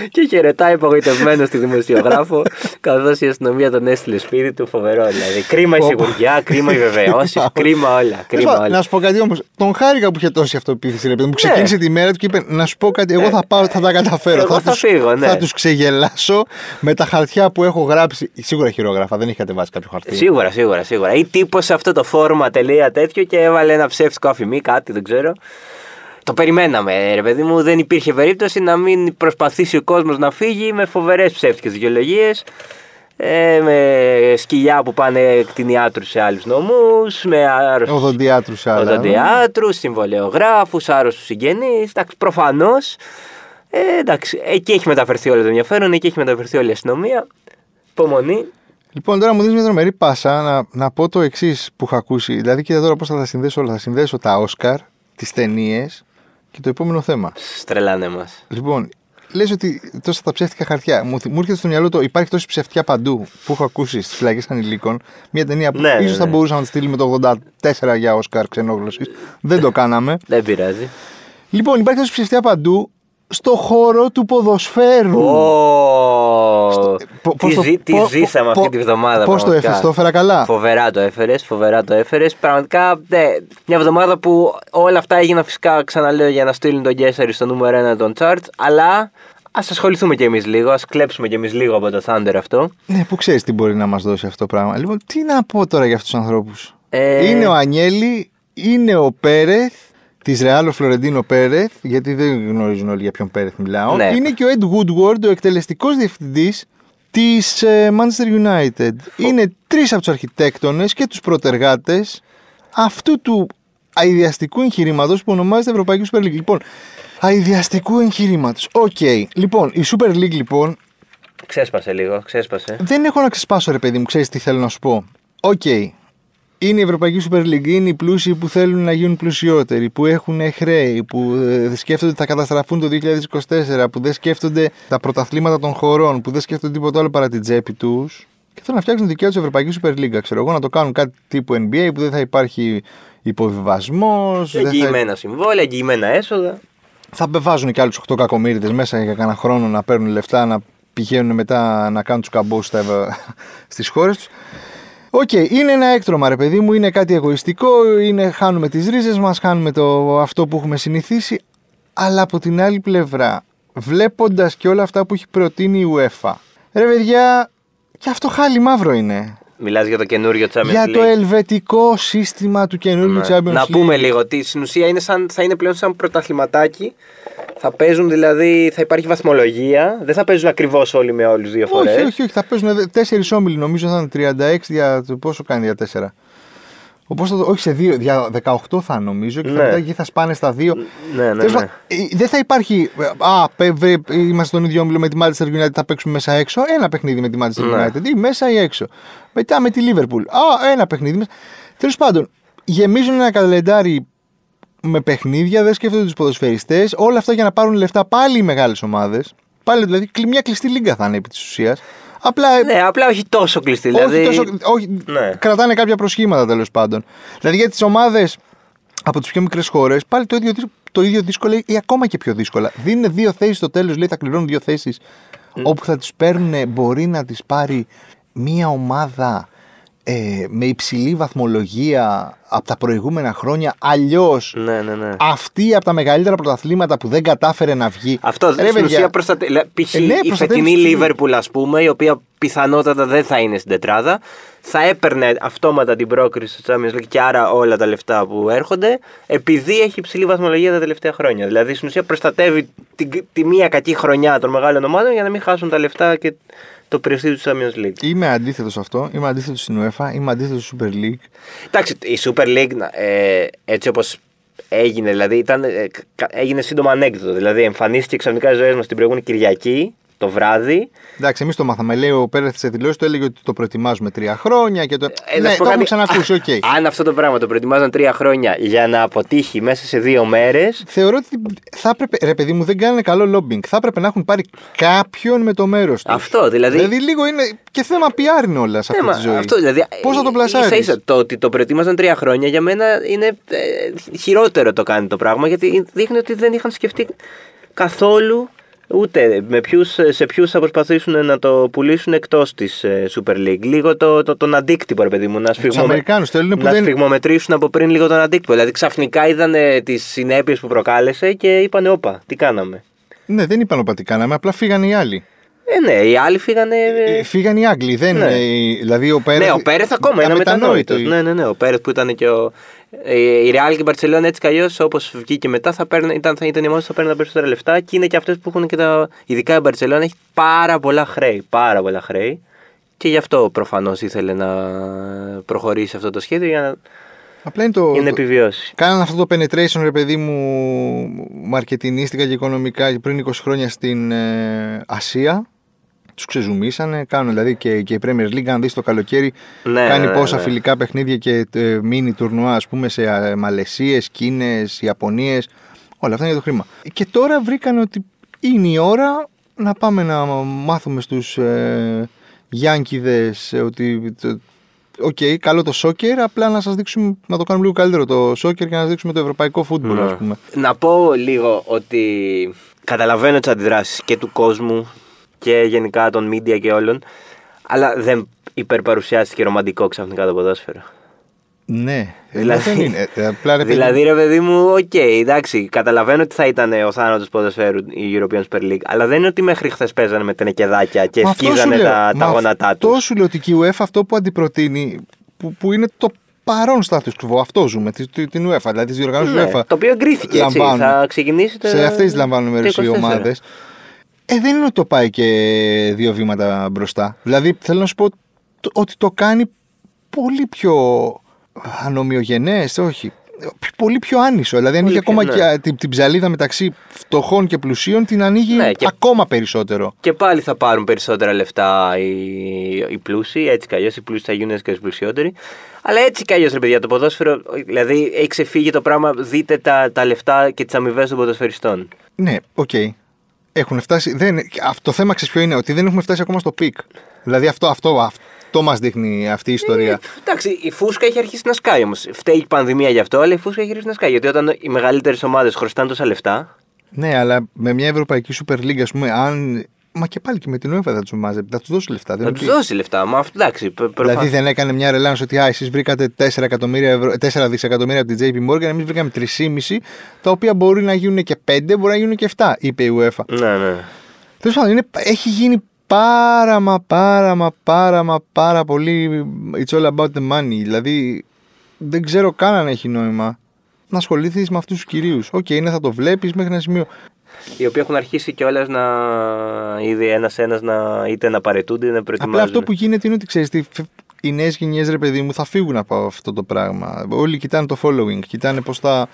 Speaker 2: και χαιρετάει απογοητευμένο τη δημοσιογράφο, καθώς η αστυνομία τον έστειλε σπίτι του. Φοβερό δηλαδή. Κρίμα η
Speaker 1: Όπα.
Speaker 2: σιγουριά, κρίμα οι
Speaker 1: (laughs)
Speaker 2: βεβαιώσεις, κρίμα όλα.
Speaker 1: Τέλος
Speaker 2: Κρίμα
Speaker 1: πάντων, Λοιπόν, Να
Speaker 2: όλα.
Speaker 1: σου πω κάτι όμως. Τον χάρηκα που είχε τόση αυτοποίθηση. Ρε, παιδί μου, που
Speaker 2: Ναι.
Speaker 1: ξεκίνησε τη μέρα του και είπε: Να σου πω κάτι. Εγώ θα πάω, θα τα καταφέρω.
Speaker 2: Εγώ θα
Speaker 1: τους,
Speaker 2: φύγω, ναι.
Speaker 1: θα τους ξεγελάσω με τα χαρτιά που έχω γράψει. Σίγουρα χειρόγραφα, δεν είχε κατεβάσει κάποιο χαρτί.
Speaker 2: Σίγουρα, σίγουρα, σίγουρα. Ή τύπωσε αυτό το φόρμα τελεία τέτοιο και έβαλε ένα ψεύτικο αφημί, κάτι δεν ξέρω. Το περιμέναμε, ρε παιδί μου. Δεν υπήρχε περίπτωση να μην προσπαθήσει ο κόσμος να φύγει με φοβερές ψεύτικες δικαιολογίες. Ε, με σκυλιά που πάνε κτηνιάτρους σε άλλους νομούς, με άρρωστους
Speaker 1: Οδοντιάτρους σε άλλα.
Speaker 2: οδοντιάτρους, συμβολεογράφου, άρρωστους συγγενείς. Εντάξει, προφανώς. Ε, εντάξει, εκεί έχει μεταφερθεί όλο το ενδιαφέρον, εκεί έχει μεταφερθεί όλη η αστυνομία. Υπομονή.
Speaker 1: Λοιπόν, τώρα μου δίνεις μια τρομερή πάσα να, να πω το εξής που είχα ακούσει. Δηλαδή, κοίτα τώρα πώς θα τα συνδέσω όλα. Θα συνδέσω τα Όσκαρ, τις ταινίες και το επόμενο θέμα.
Speaker 2: Στρελάνε μας.
Speaker 1: Λοιπόν, λες ότι τόσα τα ψεύτικα χαρτιά. Μου, θυ- μου έρχεται στο μυαλό το υπάρχει τόση ψευτιά παντού που έχω ακούσει στις φυλακές ανηλίκων. Μια ταινία που
Speaker 2: Ναι, ναι,
Speaker 1: ίσως θα
Speaker 2: ναι.
Speaker 1: μπορούσαμε να τη στείλουμε το 84 για Όσκαρ ξενόγλωση. Δεν το κάναμε.
Speaker 2: Δεν πειράζει.
Speaker 1: Λοιπόν, υπάρχει τόση ψευτιά παντού στο χώρο του ποδοσφαίρου.
Speaker 2: Ω,
Speaker 1: Πο-
Speaker 2: Τι,
Speaker 1: πώς το-
Speaker 2: ζη- τι
Speaker 1: πο-
Speaker 2: ζήσαμε
Speaker 1: πο-
Speaker 2: αυτή τη
Speaker 1: πώς
Speaker 2: βδομάδα.
Speaker 1: το
Speaker 2: πραγματικά.
Speaker 1: έφερες, το έφερα καλά?
Speaker 2: Φοβερά το έφερες, φοβερά το έφερες. Πραγματικά ναι, μια εβδομάδα που όλα αυτά έγιναν φυσικά, ξαναλέω, για να στείλουν τον Γκέσσερι στο νούμερο 1 των charts. Αλλά Ας ασχοληθούμε κι εμείς λίγο, ας κλέψουμε κι εμείς λίγο από το Thunder αυτό.
Speaker 1: Ναι, που ξέρεις τι μπορεί να μας δώσει αυτό το πράγμα. Λοιπόν, τι να πω τώρα για αυτούς τους ανθρώπους.
Speaker 2: Ε,
Speaker 1: Είναι ο Ανιέλη, είναι ο Πέρεθ, της Ρεάλο Φλωρεντίνο Πέρεθ, γιατί δεν γνωρίζουν όλοι για ποιον Πέρεθ μιλάω.
Speaker 2: Ναι.
Speaker 1: Είναι και ο Ed Woodward, ο εκτελεστικός διευθυντής της ε, Manchester United. Είναι τρεις από τους αρχιτέκτονες και τους πρωτεργάτε αυτού του αειδιαστικού εγχειρήματος που ονομάζεται Ευρωπαϊκή Super League. Λοιπόν, αειδιαστικού εγχειρήματος. Οκ. Λοιπόν, η Super League λοιπόν
Speaker 2: Ξέσπασε λίγο, ξέσπασε.
Speaker 1: δεν έχω να ξεσπάσω, ρε παιδί μου, ξέρεις τι θέλω να σου πω. Οκ. Είναι η Ευρωπαϊκή Super League, είναι οι πλούσιοι που θέλουν να γίνουν πλουσιότεροι, που έχουν χρέη, που ε, σκέφτονται ότι θα καταστραφούν το 2024, που δεν σκέφτονται τα πρωταθλήματα των χωρών, που δεν σκέφτονται τίποτα άλλο παρά την τσέπη τους. Και θέλουν να φτιάξουν δικιά του Ευρωπαϊκής Super League, ξέρω εγώ, να το κάνουν κάτι τύπου NBA που δεν θα υπάρχει υποβιβασμός.
Speaker 2: Εγγυημένα συμβόλαια, εγγυημένα έσοδα.
Speaker 1: Θα βάζουν και άλλους 8 κακομίριδε μέσα για κανένα χρόνο να παίρνουν λεφτά, να πηγαίνουν μετά να κάνουν τους καμπούς (laughs) στις χώρες τους. Οκ, είναι ένα έκτρωμα ρε παιδί μου, είναι κάτι εγωιστικό, είναι, χάνουμε τις ρίζες μας, χάνουμε το, αυτό που έχουμε συνηθίσει, αλλά από την άλλη πλευρά, βλέποντας και όλα αυτά που έχει προτείνει η UEFA, ρε παιδιά, και αυτό χάλι μαύρο είναι.
Speaker 2: Μιλάς για το καινούριο Champions
Speaker 1: για
Speaker 2: League.
Speaker 1: το ελβετικό σύστημα του καινούριου
Speaker 2: Ναι.
Speaker 1: Champions
Speaker 2: Να
Speaker 1: League.
Speaker 2: πούμε λίγο ότι στην ουσία είναι σαν, θα είναι πλέον σαν πρωταθληματάκι. Θα παίζουν δηλαδή, θα υπάρχει βαθμολογία. Δεν θα παίζουν ακριβώς όλοι με όλους δύο φορές.
Speaker 1: Όχι, όχι, όχι. Θα παίζουν τέσσερις όμιλοι, νομίζω θα είναι 36 δια. το- Πόσο κάνει για 4. Οπότε, όχι σε 2, δια 18 θα νομίζω και θα,
Speaker 2: Ναι.
Speaker 1: μετά εκεί θα σπάνε στα 2.
Speaker 2: Ναι, ναι,
Speaker 1: Τέλος
Speaker 2: ναι.
Speaker 1: πάντων, ε, Δεν θα υπάρχει. ε, Α, πε- βρε, είμαστε στον ίδιο όμιλο με τη Manchester United, θα παίξουμε μέσα έξω. Ένα παιχνίδι με τη Manchester
Speaker 2: Ναι.
Speaker 1: United ή μέσα ή έξω. Μετά με τη Liverpool. Α, ένα παιχνίδι μέσα. Τέλος πάντων, γεμίζουν ένα καλεντάρι με παιχνίδια, δεν σκέφτονται τους ποδοσφαιριστές. Όλα αυτά για να πάρουν λεφτά πάλι οι μεγάλες ομάδες. Πάλι δηλαδή κλει- μια κλειστή λίγκα θα είναι επί της ουσίας. Απλά ε,
Speaker 2: Ναι, απλά όχι τόσο κλειστή. δηλαδή...
Speaker 1: όχι τόσο, όχι,
Speaker 2: Ναι.
Speaker 1: κρατάνε κάποια προσχήματα τέλος πάντων. Δηλαδή για τις ομάδες από τις πιο μικρές χώρες, πάλι το ίδιο, το ίδιο δύσκολο ή ακόμα και πιο δύσκολα. Δίνουν δύο θέσεις στο τέλος, λέει θα κληρώνουν δύο θέσεις. Όπου θα τις παίρνουν, μπορεί να τις πάρει μία ομάδα ε, με υψηλή βαθμολογία από τα προηγούμενα χρόνια. Αλλιώς
Speaker 2: Ναι, ναι, ναι.
Speaker 1: αυτή από τα μεγαλύτερα πρωταθλήματα που δεν κατάφερε να βγει.
Speaker 2: Αυτό
Speaker 1: Ρε,
Speaker 2: στην
Speaker 1: παιδιά,
Speaker 2: ουσία προστατε... λα- Π.χ.
Speaker 1: Ε, ναι,
Speaker 2: η
Speaker 1: προστατεύεις
Speaker 2: φετινή
Speaker 1: τους ίδιους.
Speaker 2: Λίβερπουλ, ας πούμε, η οποία πιθανότατα δεν θα είναι στην τετράδα, θα έπαιρνε αυτόματα την πρόκριση στο Champions League και άρα όλα τα λεφτά που έρχονται, επειδή έχει υψηλή βαθμολογία τα τελευταία χρόνια. Δηλαδή στην ουσία προστατεύει τη, τη μία κακή χρονιά των μεγάλων ομάδων για να μην χάσουν τα λεφτά και το πρεστή του Champions League.
Speaker 1: Είμαι αντίθετος σε αυτό. Είμαι αντίθετος στην UEFA. Είμαι αντίθετος στη Super League.
Speaker 2: Εντάξει, η Super League να- ε, έτσι όπως έγινε, δηλαδή ήταν, ε, κα- έγινε σύντομα ανέκδοτο. Δηλαδή εμφανίστηκε ξαφνικά ζωέ μας την προηγούμενη Κυριακή το βράδυ.
Speaker 1: Εντάξει, εμείς το μάθαμε. Λέει ο Πέρεθ σε δηλώσεις του, έλεγε ότι το προετοιμάζουμε τρία χρόνια και το.
Speaker 2: Ε, να
Speaker 1: ναι,
Speaker 2: σου πω
Speaker 1: το έχουμε
Speaker 2: κάτι.
Speaker 1: ξανακούσει, οκ.
Speaker 2: Αν αυτό το πράγμα το προετοιμάζαν τρία χρόνια για να αποτύχει μέσα σε δύο μέρες.
Speaker 1: Θεωρώ ότι θα έπρεπε. Ρε, παιδί μου, δεν κάνανε καλό λόμπινγκ. Θα έπρεπε να έχουν πάρει κάποιον με το μέρος τους.
Speaker 2: Αυτό δηλαδή.
Speaker 1: Δηλαδή, λίγο είναι και θέμα PR είναι όλα σε αυτή
Speaker 2: Θέμα,
Speaker 1: τη ζωή.
Speaker 2: Αυτό δηλαδή.
Speaker 1: Πώς θα το
Speaker 2: ε,
Speaker 1: πλασάρεις.
Speaker 2: ίσα-ίσα, το ότι το προετοίμαζαν τρία χρόνια για μένα είναι ε, χειρότερο το κάνει το πράγμα γιατί δείχνει ότι δεν είχαν σκεφτεί καθόλου ούτε με ποιους, ε, σε ποιους θα προσπαθήσουν να το πουλήσουν εκτός της Super League. Λίγο το, το, τον αντίκτυπο, ρε παιδί μου, να σφιγμομε-
Speaker 1: Ε, Αμερικάνους θέλουνε που
Speaker 2: να
Speaker 1: δεν-
Speaker 2: σφιγμομετρήσουν από πριν λίγο τον αντίκτυπο. Δηλαδή ξαφνικά είδαν τις συνέπειες που προκάλεσε και είπαν: Όπα, τι κάναμε.
Speaker 1: Ναι, δεν είπαν ότι κάναμε, απλά φύγανε οι άλλοι.
Speaker 2: Ε, ναι, οι άλλοι φύγανε. ε,
Speaker 1: Ε, Φύγανε οι Άγγλοι. Δεν,
Speaker 2: ναι.
Speaker 1: ε, δηλαδή, ο Πέρεθ.
Speaker 2: Ναι, ο Πέρεθ ακόμα είναι μετανόητο. Ναι, ναι, ναι. Ο Πέρεθ που ήταν και ο. ε, Η Real και η Barcelona έτσι κι αλλιώς όπως βγήκε μετά θα παίρνε, ήταν, θα ήταν οι μόνε που θα παίρνουν τα περισσότερα λεφτά και είναι και αυτές που έχουν και τα. Ειδικά η Barcelona έχει πάρα πολλά χρέη. Πάρα πολλά χρέη. Και γι' αυτό προφανώς ήθελε να προχωρήσει αυτό το σχέδιο για να,
Speaker 1: Απλά είναι το.
Speaker 2: για να
Speaker 1: το-
Speaker 2: επιβιώσει.
Speaker 1: Κάναν αυτό το penetration, ρε παιδί μου, μαρκετινίστικα και οικονομικά πριν 20 χρόνια στην ε, Ασία. Τους ξεζουμίσανε. Κάνουν δηλαδή και, και η Premier League, αν δεις το καλοκαίρι,
Speaker 2: Ναι,
Speaker 1: κάνει
Speaker 2: ναι,
Speaker 1: πόσα
Speaker 2: ναι.
Speaker 1: φιλικά παιχνίδια και ε, μίνι τουρνουά, ας πούμε, σε ε, Μαλαισίες, Κίνες, Ιαπωνίες. Όλα αυτά είναι για το χρήμα. Και τώρα βρήκαν ότι είναι η ώρα να πάμε να μάθουμε στους ε, Γιάνκιδες ε, ότι το- Οκ, καλό το σόκερ, απλά να σας δείξουμε, να το κάνουμε λίγο καλύτερο το σόκερ και να σας δείξουμε το ευρωπαϊκό φούτμπολ,
Speaker 2: Ναι.
Speaker 1: ας πούμε.
Speaker 2: Να πω λίγο ότι καταλαβαίνω τις αντιδράσεις και του κόσμου και γενικά των media και όλων, αλλά δεν υπερπαρουσιάστηκε ρομαντικό ξαφνικά το ποδόσφαιρο.
Speaker 1: Ναι,
Speaker 2: Δηλαδή-
Speaker 1: δεν είναι. Ε, Απλά ρε παιδί μου,
Speaker 2: Δηλαδή, ρε παιδί μου, οκ, εντάξει, καταλαβαίνω ότι θα ήταν ο θάνατος ποδοσφαίρου η European Super League, αλλά δεν είναι ότι μέχρι χθες παίζανε με τενεκεδάκια και
Speaker 1: Μα αυτό σου
Speaker 2: σκίζανε
Speaker 1: λέω.
Speaker 2: τα, τα
Speaker 1: Μα
Speaker 2: γόνατά τους.
Speaker 1: Αυτό σου λέω ότι και η UEFA αυτό που αντιπροτείνει, που, που είναι το παρόν status quo, αυτό ζούμε, τη- τη- την UEFA, δηλαδή τις διοργανώσεις
Speaker 2: Ναι,
Speaker 1: UEFA.
Speaker 2: το οποίο εγκρίθηκε έτσι.
Speaker 1: λαμβάνουν.
Speaker 2: Θα ξεκινήσει το.
Speaker 1: Σε αυτές τις λαμβάνουν μέρος
Speaker 2: το
Speaker 1: οι
Speaker 2: 24.
Speaker 1: ομάδες. Ε, δεν είναι ότι το πάει και δύο βήματα μπροστά. Δηλαδή θέλω να σου πω το- ότι το κάνει πολύ πιο ανομοιογενές, όχι. π- Πολύ πιο άνισο. Δηλαδή ανοίγει
Speaker 2: πιο,
Speaker 1: ακόμα
Speaker 2: ναι.
Speaker 1: και α, την, την ψαλίδα μεταξύ φτωχών και πλουσίων, την ανοίγει
Speaker 2: Ναι, και-
Speaker 1: ακόμα περισσότερο.
Speaker 2: Και πάλι θα πάρουν περισσότερα λεφτά οι, οι πλούσιοι, έτσι κι αλλιώς. Οι πλούσιοι θα γίνουν έτσι κι αλλιώς πλουσιότεροι. Αλλά έτσι κι αλλιώς, ρε παιδιά, το ποδόσφαιρο. Δηλαδή, έχει ξεφύγει το πράγμα. Δείτε τα, τα λεφτά και τις αμοιβές των ποδοσφαιριστών.
Speaker 1: Ναι, οκ. Έχουν φτάσει. Δεν, αυτό το θέμα ξέρεις ποιο είναι, ότι δεν έχουμε φτάσει ακόμα στο πικ. Δηλαδή αυτό, αυτό, αυτό μας δείχνει αυτή η ιστορία.
Speaker 2: Ε, Εντάξει, η φούσκα έχει αρχίσει να σκάει όμως. Φταίει η πανδημία γι' αυτό, αλλά η φούσκα έχει αρχίσει να σκάει. Γιατί όταν οι μεγαλύτερες ομάδες χρωστάνε τόσα λεφτά.
Speaker 1: ναι, αλλά με μια Ευρωπαϊκή Super League, ας πούμε, αν. Μα και πάλι και με την UEFA θα τους μάζε, θα τους δώσει λεφτά. δεν
Speaker 2: Θα
Speaker 1: είναι
Speaker 2: τους
Speaker 1: ότι-
Speaker 2: δώσει λεφτά. Μα αυτό εντάξει. προ- προφανώς.
Speaker 1: Δηλαδή δεν έκανε μια ρελάνση ότι α, εσείς βρήκατε 4, εκατομμύρια ευρώ, 4 δισεκατομμύρια από την JP Morgan, εμείς βρήκαμε 3,5, τα οποία μπορεί να γίνουν και 5, μπορεί να γίνουν και 7, είπε η UEFA.
Speaker 2: Ναι, ναι.
Speaker 1: Τέλος πάντων, είναι- έχει γίνει πάρα μα πάρα μα πάρα μα πάρα πολύ it's all about the money. Δηλαδή, δεν ξέρω καν αν έχει νόημα να ασχοληθείς με αυτούς τους κυρίους. Οκ, είναι θα το βλέπεις μέχρι ένα σημείο.
Speaker 2: Οι οποίοι έχουν αρχίσει κιόλας να. ήδη ένα-ένα να είτε να παρετούνται είτε να
Speaker 1: Απλά
Speaker 2: προετοιμάζονται.
Speaker 1: αυτό που γίνεται είναι ότι ξέρεις τι. φε- Οι νέες γενιές, ρε παιδί μου, θα φύγουν από αυτό το πράγμα. Όλοι κοιτάνε το following, κοιτάνε πώς θα,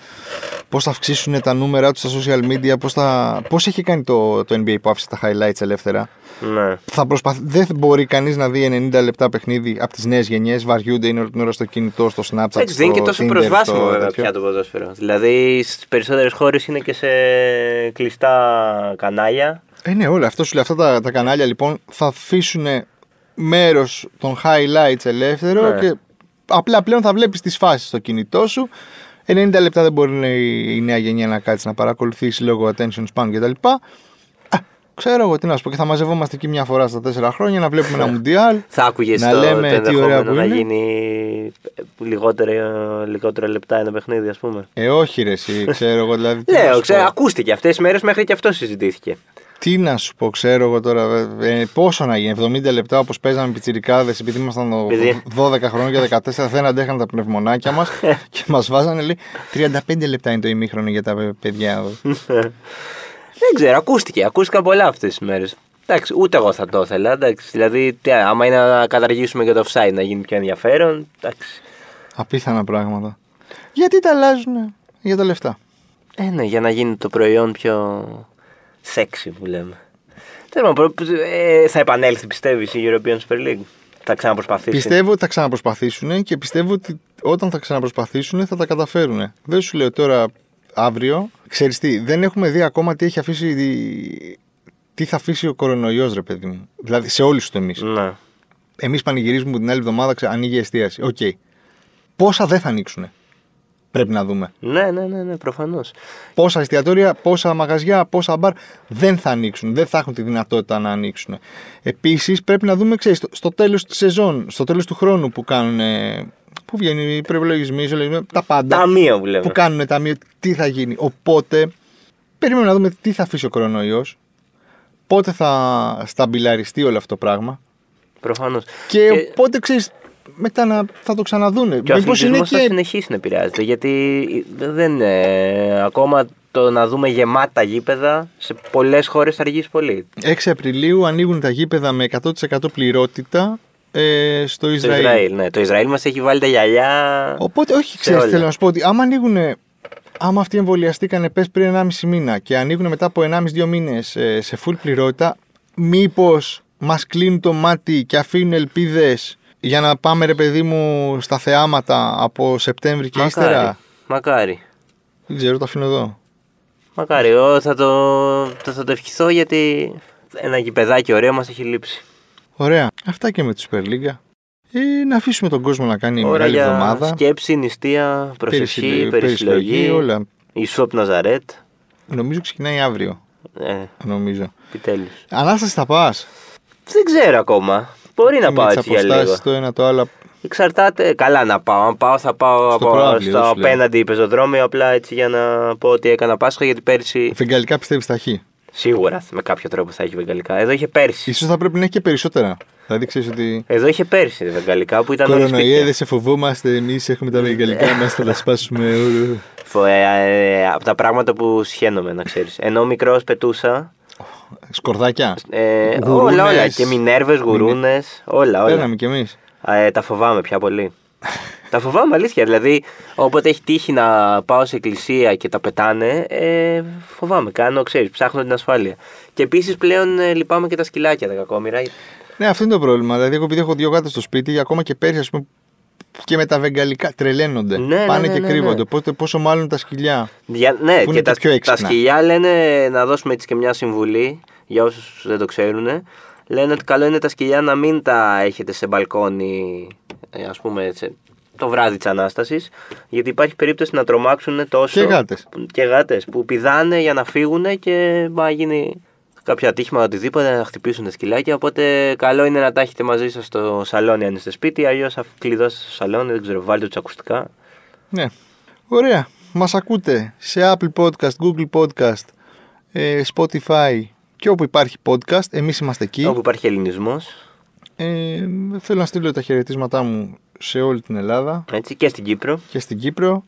Speaker 1: πώς θα αυξήσουν τα νούμερα τους στα social media, πώς θα... πώς έχει κάνει το, το NBA που άφησε τα highlights ελεύθερα.
Speaker 2: Ναι.
Speaker 1: θα προσπαθ... δεν μπορεί κανείς να δει 90 λεπτά παιχνίδι από τις νέες γενιές. Βαριούνται, είναι όλη την ώρα στο κινητό, στο Snapchat.
Speaker 2: Εντάξει,
Speaker 1: στο
Speaker 2: δεν είναι και τόσο
Speaker 1: Tinder,
Speaker 2: προσβάσιμο
Speaker 1: στο
Speaker 2: βέβαια
Speaker 1: τέτοιο.
Speaker 2: πια το ποδόσφαιρο. Δηλαδή στις περισσότερες χώρες είναι και σε κλειστά κανάλια.
Speaker 1: Ε, ναι, όλα. Αυτό σου λέει, αυτά τα, τα κανάλια λοιπόν θα αφήσουν μέρος των highlights ελεύθερο
Speaker 2: Ναι.
Speaker 1: και απλά πλέον θα βλέπεις τις φάσεις στο κινητό σου. 90 λεπτά δεν μπορεί να- η νέα γενιά να κάτσει να παρακολουθήσει λόγω attention span κτλ. Α, Ξέρω εγώ τι να σου πω και θα μαζευόμαστε εκεί μια φορά στα 4 χρόνια να βλέπουμε
Speaker 2: (laughs)
Speaker 1: ένα μουντιάλ.
Speaker 2: Θα άκουγες
Speaker 1: Να
Speaker 2: το, το
Speaker 1: λέμε τι ωραία
Speaker 2: ενδεχόμενο
Speaker 1: που
Speaker 2: να
Speaker 1: είναι.
Speaker 2: γίνει λιγότερα, λιγότερα λεπτά ένα παιχνίδι, ας πούμε.
Speaker 1: Ε, όχι ρε, εσύ, ξέρω εγώ δηλαδή. τι να
Speaker 2: Λέω,
Speaker 1: σου
Speaker 2: ξέρω,
Speaker 1: πω.
Speaker 2: ακούστηκε αυτές τις μέρες μέχρι και αυτό συζητήθηκε.
Speaker 1: Τι να σου πω, ξέρω εγώ τώρα. ε, πόσο να γίνει, 70 λεπτά όπως παίζαμε πιτσιρικάδες επειδή ήμασταν ο-
Speaker 2: Επειδή-
Speaker 1: 12 χρόνια και 14, δεν αντέχαν τα πνευμονάκια μας και μας βάζανε λέει 35 λεπτά είναι το ημίχρονο για τα παι- παιδιά.
Speaker 2: Δεν ξέρω, ακούστηκε. Ακούστηκαν πολλά αυτές τις μέρες. Εντάξει, ούτε εγώ θα το ήθελα. Εντάξει, δηλαδή, τι, άμα είναι να καταργήσουμε και το offside να γίνει πιο ενδιαφέρον. Εντάξει.
Speaker 1: Απίθανα πράγματα. Γιατί τα αλλάζουν για τα λεφτά.
Speaker 2: Ε, ναι, για να γίνει το προϊόν πιο sexy που λέμε. Τέλος πάντων, προ- ε, θα επανέλθει πιστεύεις η European Super League. Θα ξαναπροσπαθήσει.
Speaker 1: Πιστεύω ότι θα ξαναπροσπαθήσουν και πιστεύω ότι όταν θα ξαναπροσπαθήσουν θα τα καταφέρουν. Δεν σου λέω τώρα αύριο. Ξέρεις τι, δεν έχουμε δει ακόμα τι έχει αφήσει. η- Τι θα αφήσει ο κορονοϊός ρε παιδί μου. Δηλαδή σε όλους τους τομείς.
Speaker 2: Ναι.
Speaker 1: Εμείς πανηγυρίζουμε την άλλη εβδομάδα, ξε- ανοίγει η εστίαση. Οκ. Πόσα δεν θα ανοίξουν. Πρέπει να δούμε.
Speaker 2: Ναι, ναι, ναι, ναι προφανώς.
Speaker 1: Πόσα εστιατόρια, πόσα μαγαζιά, πόσα μπαρ δεν θα ανοίξουν. Δεν θα έχουν τη δυνατότητα να ανοίξουν. Επίσης πρέπει να δούμε, ξέρεις, στο, στο τέλος της σεζόν, στο τέλος του χρόνου που κάνουν. ε, Που βγαίνουν οι προπολογισμοί, οι ισολογισμοί, τα πάντα.
Speaker 2: Ταμείο που λέμε.
Speaker 1: Που κάνουν ταμείο, τι θα γίνει. Οπότε περιμένουμε να δούμε τι θα αφήσει ο κορονοϊός. Πότε θα σταμπιλαριστεί όλο αυτό το πράγμα.
Speaker 2: Προφανώς.
Speaker 1: Και, οπότε ξέρεις, μετά να, θα το ξαναδούνε.
Speaker 2: Και ο
Speaker 1: Μήπως
Speaker 2: αθλητισμός
Speaker 1: είναι
Speaker 2: θα
Speaker 1: και.
Speaker 2: συνεχίσει να επηρεάζεται γιατί δεν είναι ακόμα το να δούμε γεμάτα γήπεδα σε πολλές χώρες θα αργήσει πολύ.
Speaker 1: 6 Απριλίου ανοίγουν τα γήπεδα με 100% πληρότητα ε, στο
Speaker 2: Το
Speaker 1: Ισραήλ.
Speaker 2: Ισραήλ, ναι. Το Ισραήλ μας έχει βάλει τα γυαλιά.
Speaker 1: Οπότε, όχι, ξέρεις,
Speaker 2: όλα.
Speaker 1: θέλω να σου πω ότι άμα ανοίγουν. Άμα αυτοί εμβολιαστήκανε πες πριν 1,5 μήνα και ανοίγουν μετά από 1,5-2 μήνε σε full πληρότητα, μήπως μας κλείνουν το μάτι και αφήνουν ελπίδες για να πάμε, ρε παιδί μου, στα θεάματα από Σεπτέμβρη και ύστερα.
Speaker 2: Μακάρι.
Speaker 1: Δεν ξέρω, το αφήνω εδώ.
Speaker 2: Μακάρι, εγώ θα το, το, θα το ευχηθώ γιατί ένα γηπεδάκι ωραίο μας έχει λείψει.
Speaker 1: Ωραία. Αυτά και με τη Super League. Ε, να αφήσουμε τον κόσμο να κάνει
Speaker 2: Ωραία
Speaker 1: μεγάλη
Speaker 2: για
Speaker 1: εβδομάδα.
Speaker 2: σκέψη, νηστεία, προσευχή,
Speaker 1: Περισυλλο-
Speaker 2: περισυλλογή,
Speaker 1: όλα.
Speaker 2: η Σουαπ Ναζαρέτ.
Speaker 1: Νομίζω ξεκινάει αύριο.
Speaker 2: Ε,
Speaker 1: Νομίζω.
Speaker 2: επιτέλους.
Speaker 1: Ανάσταση θα πας.
Speaker 2: Δεν ξέρω ακόμα. Μπορεί να πάω έτσι για λίγο.
Speaker 1: το ένα το άλλο.
Speaker 2: Εξαρτάται. Καλά να πάω. Αν πάω, θα πάω
Speaker 1: Στο
Speaker 2: από-
Speaker 1: προάβλιο,
Speaker 2: στο
Speaker 1: σου λέω.
Speaker 2: απέναντι πεζοδρόμιο. Απλά έτσι για να πω ότι έκανα Πάσχα. Γιατί πέρσι
Speaker 1: Φεγγαλικά πιστεύεις θα έχει.
Speaker 2: σίγουρα με κάποιο τρόπο θα έχει βεγγαλικά. Εδώ είχε πέρσι.
Speaker 1: σω θα πρέπει να έχει και περισσότερα. Δηλαδή ξέρεις ότι.
Speaker 2: Εδώ είχε πέρσι βεγγαλικά που ήταν. όλα
Speaker 1: Κορονοϊέ,
Speaker 2: σπίτια. Ναι.
Speaker 1: δεν σε φοβόμαστε. Εμείς έχουμε τα βεγγαλικά μας, θα τα σπάσουμε. όλα.
Speaker 2: Φο- ε, ε, από τα πράγματα που σχένομαι, να ξέρεις. Ενώ μικρός πετούσα.
Speaker 1: Σκορδάκια.
Speaker 2: Ε,
Speaker 1: Γουρούνες.
Speaker 2: όλα, όλα. Και μινέρβες, γουρούνες. Όλα, όλα.
Speaker 1: Παίρναμε κι εμείς.
Speaker 2: Α, ε, τα φοβάμαι πια πολύ. τα φοβάμαι αλήθεια. Δηλαδή, όποτε έχει τύχει να πάω σε εκκλησία και τα πετάνε, ε, φοβάμαι. Κάνω, ξέρεις, ψάχνω την ασφάλεια. Και επίσης πλέον ε, λυπάμαι και τα σκυλάκια τα κακόμοιρα.
Speaker 1: Ναι, αυτό είναι το πρόβλημα. Δηλαδή, εγώ επειδή έχω δύο γάτες στο σπίτι, ακόμα και πέρσι, ας πούμε, και με τα βεγγαλικά τρελαίνονται.
Speaker 2: Ναι, ναι,
Speaker 1: Πάνε
Speaker 2: ναι,
Speaker 1: και
Speaker 2: ναι,
Speaker 1: κρύβονται.
Speaker 2: ναι.
Speaker 1: Οπότε, πόσο μάλλον τα σκυλιά.
Speaker 2: Για, ναι,
Speaker 1: Που είναι
Speaker 2: και
Speaker 1: τα
Speaker 2: τα,
Speaker 1: πιο έξυπνα.
Speaker 2: τα σκυλιά λένε να δώσουμε έτσι και μια συμβουλή για όσους δεν το ξέρουν. Λένε ότι καλό είναι τα σκυλιά να μην τα έχετε σε μπαλκόνι, ε, ας πούμε, σε- το βράδυ της Ανάστασης, γιατί υπάρχει περίπτωση να τρομάξουν τόσο.
Speaker 1: Και γάτες.
Speaker 2: Και γάτες που πηδάνε για να φύγουν και μα γίνει κάποιο ατύχημα οτιδήποτε να χτυπήσουν τα σκυλάκια. Οπότε καλό είναι να τα έχετε μαζί σας στο σαλόνι αν είστε σπίτι. Αλλιώς κλειδώστε στο σαλόνι, δεν ξέρω, βάλτε τους ακουστικά.
Speaker 1: Ναι. Ωραία. Μας ακούτε σε Apple Podcast, Google Podcast, ε, Spotify και όπου υπάρχει podcast. Εμείς είμαστε εκεί.
Speaker 2: Όπου υπάρχει ελληνισμός.
Speaker 1: Ε, θέλω να στείλω τα χαιρετίσματά μου σε όλη την Ελλάδα
Speaker 2: Έτσι, και στην Κύπρο.
Speaker 1: και στην Κύπρο.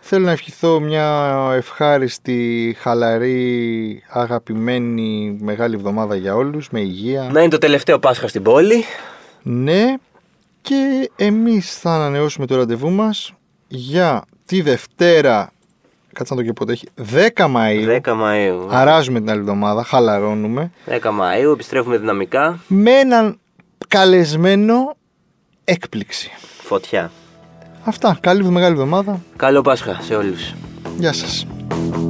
Speaker 1: Θέλω να ευχηθώ μια ευχάριστη, χαλαρή, αγαπημένη μεγάλη εβδομάδα για όλους, με υγεία.
Speaker 2: Να είναι το τελευταίο Πάσχα στην πόλη.
Speaker 1: Ναι. Και εμείς θα ανανεώσουμε το ραντεβού μας για τη Δευτέρα, κάτσε να το και πότε έχει, 10 Μαΐου.
Speaker 2: 10 Μαΐου.
Speaker 1: Αράζουμε την άλλη εβδομάδα, χαλαρώνουμε.
Speaker 2: 10 Μαΐου, επιστρέφουμε δυναμικά.
Speaker 1: Με έναν καλεσμένο έκπληξη.
Speaker 2: Φωτιά.
Speaker 1: Αυτά. Καλή μεγάλη εβδομάδα.
Speaker 2: Καλό Πάσχα σε όλους.
Speaker 1: Γεια σας.